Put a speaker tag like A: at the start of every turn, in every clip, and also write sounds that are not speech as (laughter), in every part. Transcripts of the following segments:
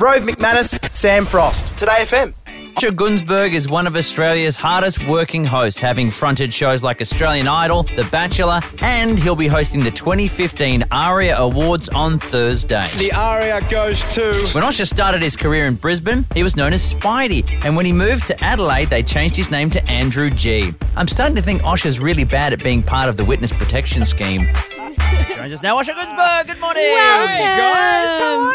A: Rove McManus, Sam Frost. Today FM.
B: Roger Gunsberg is one of Australia's hardest working hosts, having fronted shows like Australian Idol, The Bachelor, and he'll be hosting the 2015 ARIA Awards on Thursday.
C: The aria goes to.
B: When Osher started his career in Brisbane, he was known as Spidey, and when he moved to Adelaide, they changed his name to Andrew G. I'm starting to think Osher's really bad at being part of the witness protection scheme. Joins us now, Osher Gunsberg. Good morning.
C: Hey guys, how are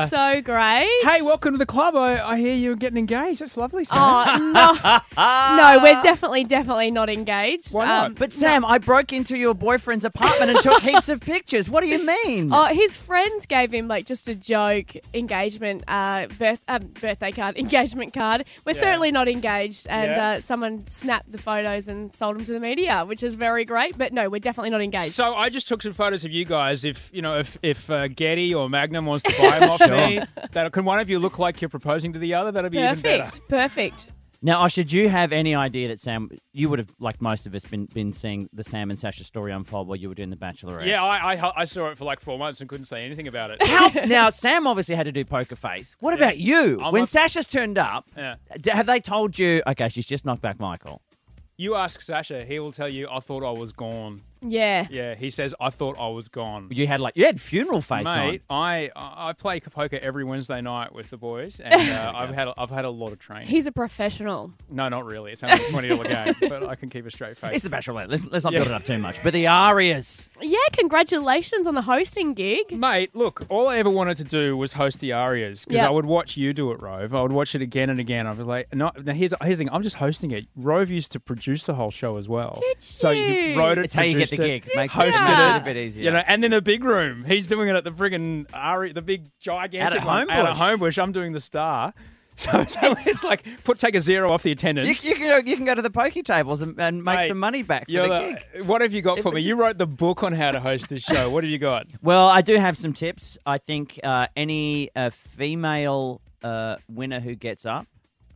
C: you?
D: So great.
C: Um, Hey, welcome to the club. I, I hear you're getting engaged. That's lovely. Sam.
D: Oh no,
E: (laughs)
D: no, we're definitely, definitely not engaged. Um,
C: Why not?
B: But Sam, I broke into your boyfriend's apartment and took heaps of pictures. What do you mean?
D: Oh, his friends gave him like just a joke engagement uh, birth um, birthday card, (laughs) engagement card. We're certainly not engaged, and
C: Yeah.
D: uh, someone snapped the photos and sold them to the media, which is very great. But no, we're definitely not engaged.
C: So I just took some photos of you guys. If you know, if if uh, Getty or Magnum wants to buy them off me, that can one of you look like you're proposing to the other? That'd be even better.
D: perfect, perfect.
E: Now, Osha, do you have any idea that Sam, you would have, like most of us, been, been seeing the Sam and Sasha story unfold while you were doing The Bachelorette?
C: Yeah, I, I I saw it for like four months and couldn't say anything about it.
E: How, (laughs) now, Sam obviously had to do poker face. What about you?
C: I'm
E: when
C: not-
E: Sasha's turned up,
C: Yeah.
E: d- have they told you, okay, she's just knocked back Michael?
C: (laughs) you ask Sasha, he will tell you. I thought I was gone.
D: Yeah.
C: Yeah, he says I thought I was gone.
E: You had like, you had funeral face
C: Mate, I I I play poker every Wednesday night with the boys, and uh, I've had a, I've had a lot of training.
D: He's a professional.
C: No, not really. It's only a twenty dollar game, but I can keep a straight
E: on. It's
C: face.
E: The Bachelorette. Let's, let's not
C: Yeah.
E: build it up too much. But the Arias.
D: Yeah, congratulations on the hosting gig.
C: (laughs) Mate, look, all I ever wanted to do was host the Arias because
D: Yeah.
C: I would watch you do it, Rove. I would watch it again and again. I was like, no, now here's, here's the thing. I'm just hosting it. Rove used to produce the whole show as well.
D: Did
C: So you
D: you?
C: wrote it,
E: It's how you get the
C: produced it,
E: gig. Makes it
C: hosted
E: a
D: ya?
E: little bit easier.
C: You know, and then the big room. He's doing it at the friggin' Ari, the big gigantic
E: Out at
C: one, Out at
E: Homebush.
C: Homebush. I'm doing the star. (laughs) So, so it's like put take a zero off the attendance.
E: you, you, can go, you can go to the pokey tables and, and make
C: Mate,
E: some money back for the
C: You're the-
E: gig.
C: what have you got for
E: If
C: me?
E: it's-
C: You wrote the book on how to host this show. What have you got?
E: Well, I do have some tips. I think uh, any uh, female uh, winner who gets up,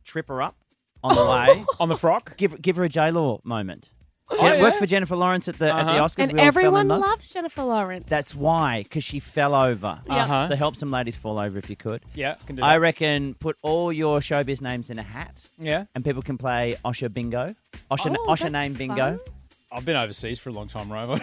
E: trip her up on the
C: (laughs)
E: way.
C: On the frock?
E: Give give her a J Law moment.
C: Oh,
E: It works
C: yeah?
E: for Jennifer Lawrence at the at
C: Uh-huh.
E: the Oscars.
D: And
E: we all fell in
D: everyone
E: love.
D: loves Jennifer Lawrence.
E: That's why, because she fell over.
D: Yeah. Uh-huh.
E: So help some ladies fall over if you could.
C: Yeah, can do that.
E: I reckon put all your showbiz names in a hat,
C: yeah.
E: and people can play Osha Bingo, Osha
D: Oh,
E: Osha
D: that's
E: name Bingo.
C: I've been overseas for a long time, (laughs) Rover.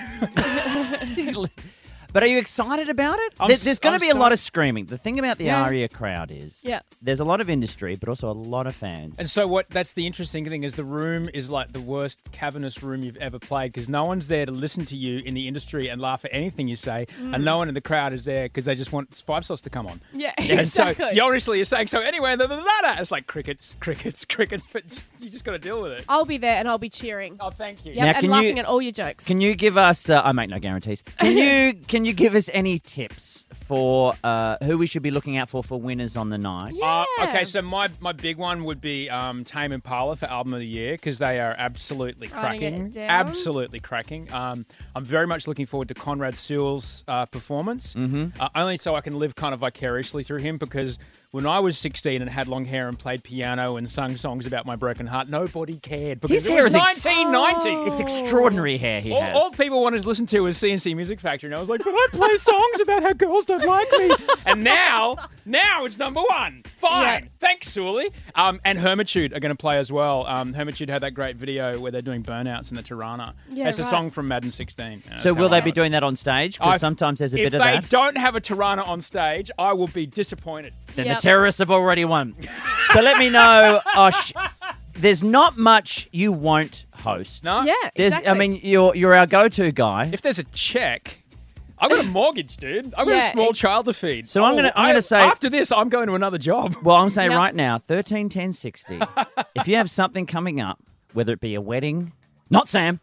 E: But are you excited about it?
C: I'm
E: There-
C: s-
E: there's going to be
C: I'm
E: a lot
C: so-
E: of screaming. The thing about the
C: Yeah.
E: ARIA crowd is
D: Yeah.
E: there's a lot of industry, but also a lot of fans.
C: and so what that's the interesting thing is the room is like the worst cavernous room you've ever played because no one's there to listen to you in the industry and laugh at anything you say
D: Mm.
C: and no one in the crowd is there because they just want five sauce to come on.
D: Yeah, (laughs)
C: (laughs) And
D: exactly.
C: so you obviously you're saying so anyway, blah, blah, blah, blah. it's like crickets, crickets, (laughs) crickets, but just- you just got to deal with it.
D: I'll be there and I'll be cheering.
C: Oh, thank you.
D: Yep,
E: Now,
D: and
E: can you-
D: laughing at all your jokes.
E: Can you give us? Uh, I make no guarantees.
C: (laughs)
E: Can you can you give us any tips for uh, who we should be looking out for for winners on the night?
C: Uh,
D: Yeah.
C: okay, so my, my big one would be um, Tame Impala for album of the year because they are absolutely
D: Running it
C: cracking,
D: down.
C: absolutely cracking. Um, I'm very much looking forward to Conrad Sewell's uh, performance, mm-hmm. uh, only so I can live kind of vicariously through him because when I was 16 and had long hair and played piano and sung songs about my broken heart, nobody cared because
E: His
C: it
E: hair
C: was
E: is ex- Oh.
C: 1990.
E: It's extraordinary hair he
C: All,
E: has.
C: all people wanted to listen to was CNC Music Factory, and I was like, "But I play songs about how girls don't like
D: (laughs)
C: me." And now, now it's number one. Fine,
D: Yeah.
C: thanks, Sully. Um, and Hermitude are going to play as well. Um, Hermitude had that great video where they're doing burnouts in the Tirana.
D: Yeah,
C: it's a
D: right.
C: song from Madden 16. and
E: so
C: that's
E: will
C: how I
E: they be
C: know it.
E: doing that on stage? Because
C: I've-
E: sometimes there's a
C: If
E: bit
C: they
E: of that.
C: don't have a Tirana on stage, I will be disappointed.
E: then
D: Yep.
E: the terrorists have already
C: (laughs)
E: won. (laughs) so let me know, Osh. There's not much you won't host.
C: No,
D: Yeah,
E: There's,
D: exactly.
E: I mean, you're you're our go-to guy.
C: If there's a check. I've got a mortgage, dude. I've got
D: Yeah,
C: a small
D: ex-
C: child to feed. Oh,
E: So I'm gonna- I'm
C: I-
E: gonna say-
C: after this, I'm going to another job.
E: Well, I'm saying
D: Yep.
E: right now, thirteen ten sixty.
D: (laughs)
E: if you have something coming up, whether it be a wedding, not
D: (laughs)
E: Sam,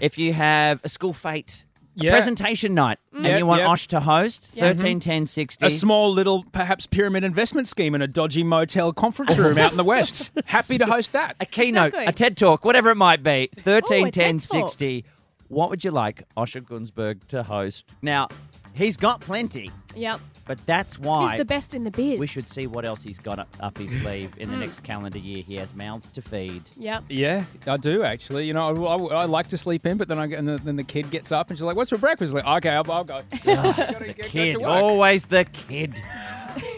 E: if you have a school fete, a
C: Yeah.
E: presentation night,
C: Yeah,
E: and you want
C: yeah.
E: Osh to host,
D: Yeah. Mm-hmm.
E: thirteen ten sixty.
C: A small little, perhaps pyramid investment scheme in a dodgy motel conference room out in the (laughs) west. Happy to host that.
E: a keynote,
D: Exactly.
E: a TED talk, whatever it might be,
D: Ooh,
E: thirteen
D: a TED
E: ten
D: Talk.
E: sixty. What would you like Osher Gunsberg to host? Now, he's got plenty,
D: Yep.
E: but that's
D: He's
E: why
D: the best Mm. in the biz.
E: we should see what else he's got up, up his sleeve in the next calendar year. He has mouths to feed.
D: Yep.
C: Yeah, I do actually. You know, I, I- I like to sleep in, but then I get, and the, then the kid gets (laughs) up and she's like, "What's for breakfast?" Like, okay, I'll, I'll go. Gotta get-
E: The
C: get to
E: kid,
C: work. (laughs)
E: always the kid.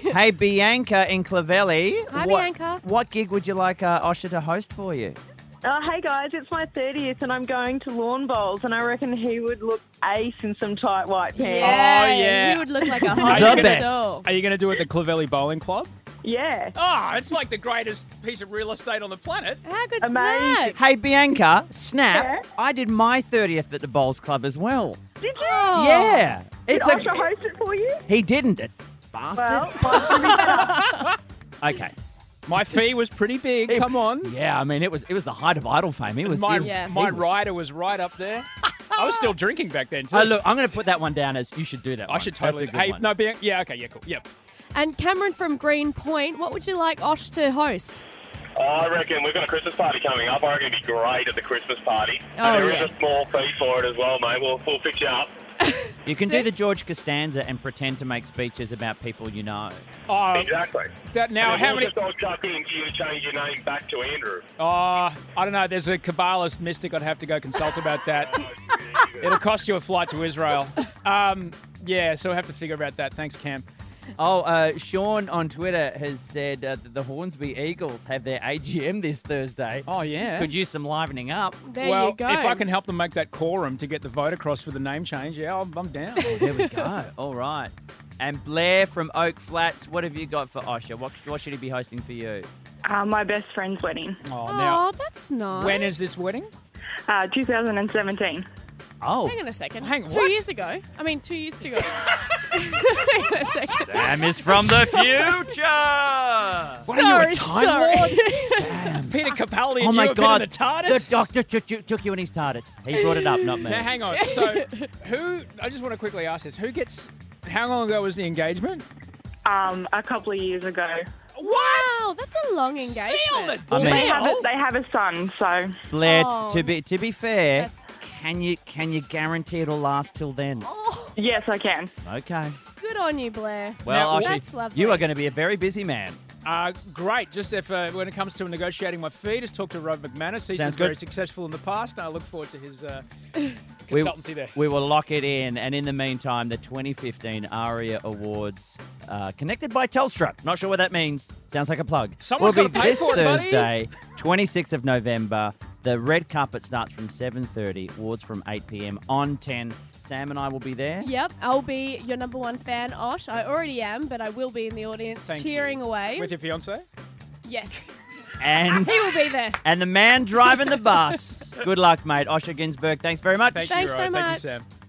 E: hey, Bianca in Clavelli.
D: Hi,
E: what,
D: Bianca.
E: What gig would you like uh, Osha to host for you?
F: Oh, hey guys, it's my 30th and I'm going to Lawn Bowls and I reckon he would look ace in some tight white pants.
D: Yeah,
C: Oh, yeah.
D: You would look
C: (laughs)
D: like a
C: Are
D: hot
C: you
E: The
C: gonna-
E: best.
D: doll.
C: Are you going to do it at the Clavelli Bowling Club?
F: Yeah.
C: Ah, it's like the greatest piece of real estate on the planet.
D: How good's
F: Amazing.
D: that?
E: Hey, Bianca, snap.
F: Yeah?
E: I did my 30th at the Bowls Club as well.
F: Did you?
D: Oh.
E: Yeah.
F: Did
E: It's
F: I shall host it for you?
E: he didn't. It, bastard.
F: Well, mine's gonna be better.
E: okay.
C: My fee was pretty big. Come on.
E: Yeah, I mean, it was it was the height of idol fame. It was.
C: My,
E: it was-
D: Yeah.
E: it
C: my
E: was-
C: rider was right up there. (laughs) I was still drinking back then, too.
E: Oh, look, I'm going to put that one down as you should do that.
C: I
E: one.
C: should
E: That's
C: totally.
E: a good
C: Hey,
E: one.
C: no, being, yeah, okay, yeah, cool. Yep.
D: And Cameron from Green Point, what would you like Osh to host?
G: Oh, I reckon we've got a Christmas party coming up. I reckon it'd be great at the Christmas party.
D: Oh,
G: and there is
D: yeah.
G: a small fee for it as well, mate. We'll, we'll fix you up.
E: You can
D: Sit.
E: do the George Costanza and pretend to make speeches about people you know.
C: Oh,
G: Exactly.
C: that now,
G: And
C: how
G: we'll
C: many?
G: Just all chuck in, you change your name back to Andrew.
C: Oh, I don't know. There's a Kabbalist mystic I'd have to go consult about that. It'll cost you a flight to Israel. Um, yeah, so I have to figure about that. Thanks, Cam.
E: Oh, uh, Sean on Twitter has said uh, that the Hornsby Eagles have their AGM this Thursday.
C: Oh, yeah.
E: Could use some livening up.
D: There
C: well,
D: you go.
C: if I can help them make that quorum to get the vote across for the name change, yeah, I'm, I'm down.
D: (laughs)
E: Oh, There we (laughs) go. All right. And Blair from Oak Flats, what have you got for Osha? What, what should he be hosting for you?
F: (laughs) uh, my best friend's wedding,
C: Oh, now,
D: Oh, that's nice.
C: when is this wedding?
F: uh, 2017.
E: Oh,
D: Hang on a second.
C: Hang on,
D: two
C: what?
D: years ago. I mean, two years ago. (laughs) Hang on a second.
E: Sam is from the future.
C: What are you, a
D: Sorry,
C: Time
D: sorry.
C: Lord? (laughs) Peter Capaldi and
E: (laughs) Oh
C: you
E: my
C: have
E: God!
C: been in the TARDIS?
E: doctor took, took- took you in his TARDIS. He brought it up, not me.
C: Now, hang on.
D: (laughs)
C: So, who, I just want to quickly ask this. Who gets, how long ago was the engagement?
F: Um, a couple of years ago.
D: (laughs) Wow, that's a long engagement.
E: I mean-
F: They have a, they have a son, so
E: Blair, t-
D: Oh.
E: to be to be fair,
D: That's-
E: can you can you guarantee it'll last till then?
D: Oh,
F: yes, I can.
E: Okay.
D: good on you, Blair.
E: Well,
C: Now,
E: Oshie,
D: that's lovely.
E: you are going to be a very busy man.
C: Uh, great. Just if uh, when it comes to negotiating my fee, just talk to Rob McManus. He's
E: Sounds
C: been very
E: good.
C: successful in the past, and I look forward to his uh,
E: We-
C: consultancy there.
E: We will lock it in, and in the meantime, the 2015 ARIA Awards, uh, connected by Telstra. Not sure what that means. Sounds like a plug.
C: Someone's
E: will be
C: gotta pay
E: this
C: for it, buddy.
E: Thursday, 26th of November. The red carpet starts from 7:30. Awards from 8 p.m. on 10. Sam and I will be there.
D: Yep, I'll be your number one fan, Osh. I already am, but I will be in the audience
C: Thank you.
D: cheering away.
C: With your fiance?
D: yes,
E: And
D: he will be there.
E: and the man driving the bus. Good luck, mate. Osher Ginsberg. Thanks very much.
C: Thank
D: Thanks
C: you,
D: so
C: Rob. Thank you,
D: much.
C: Sam.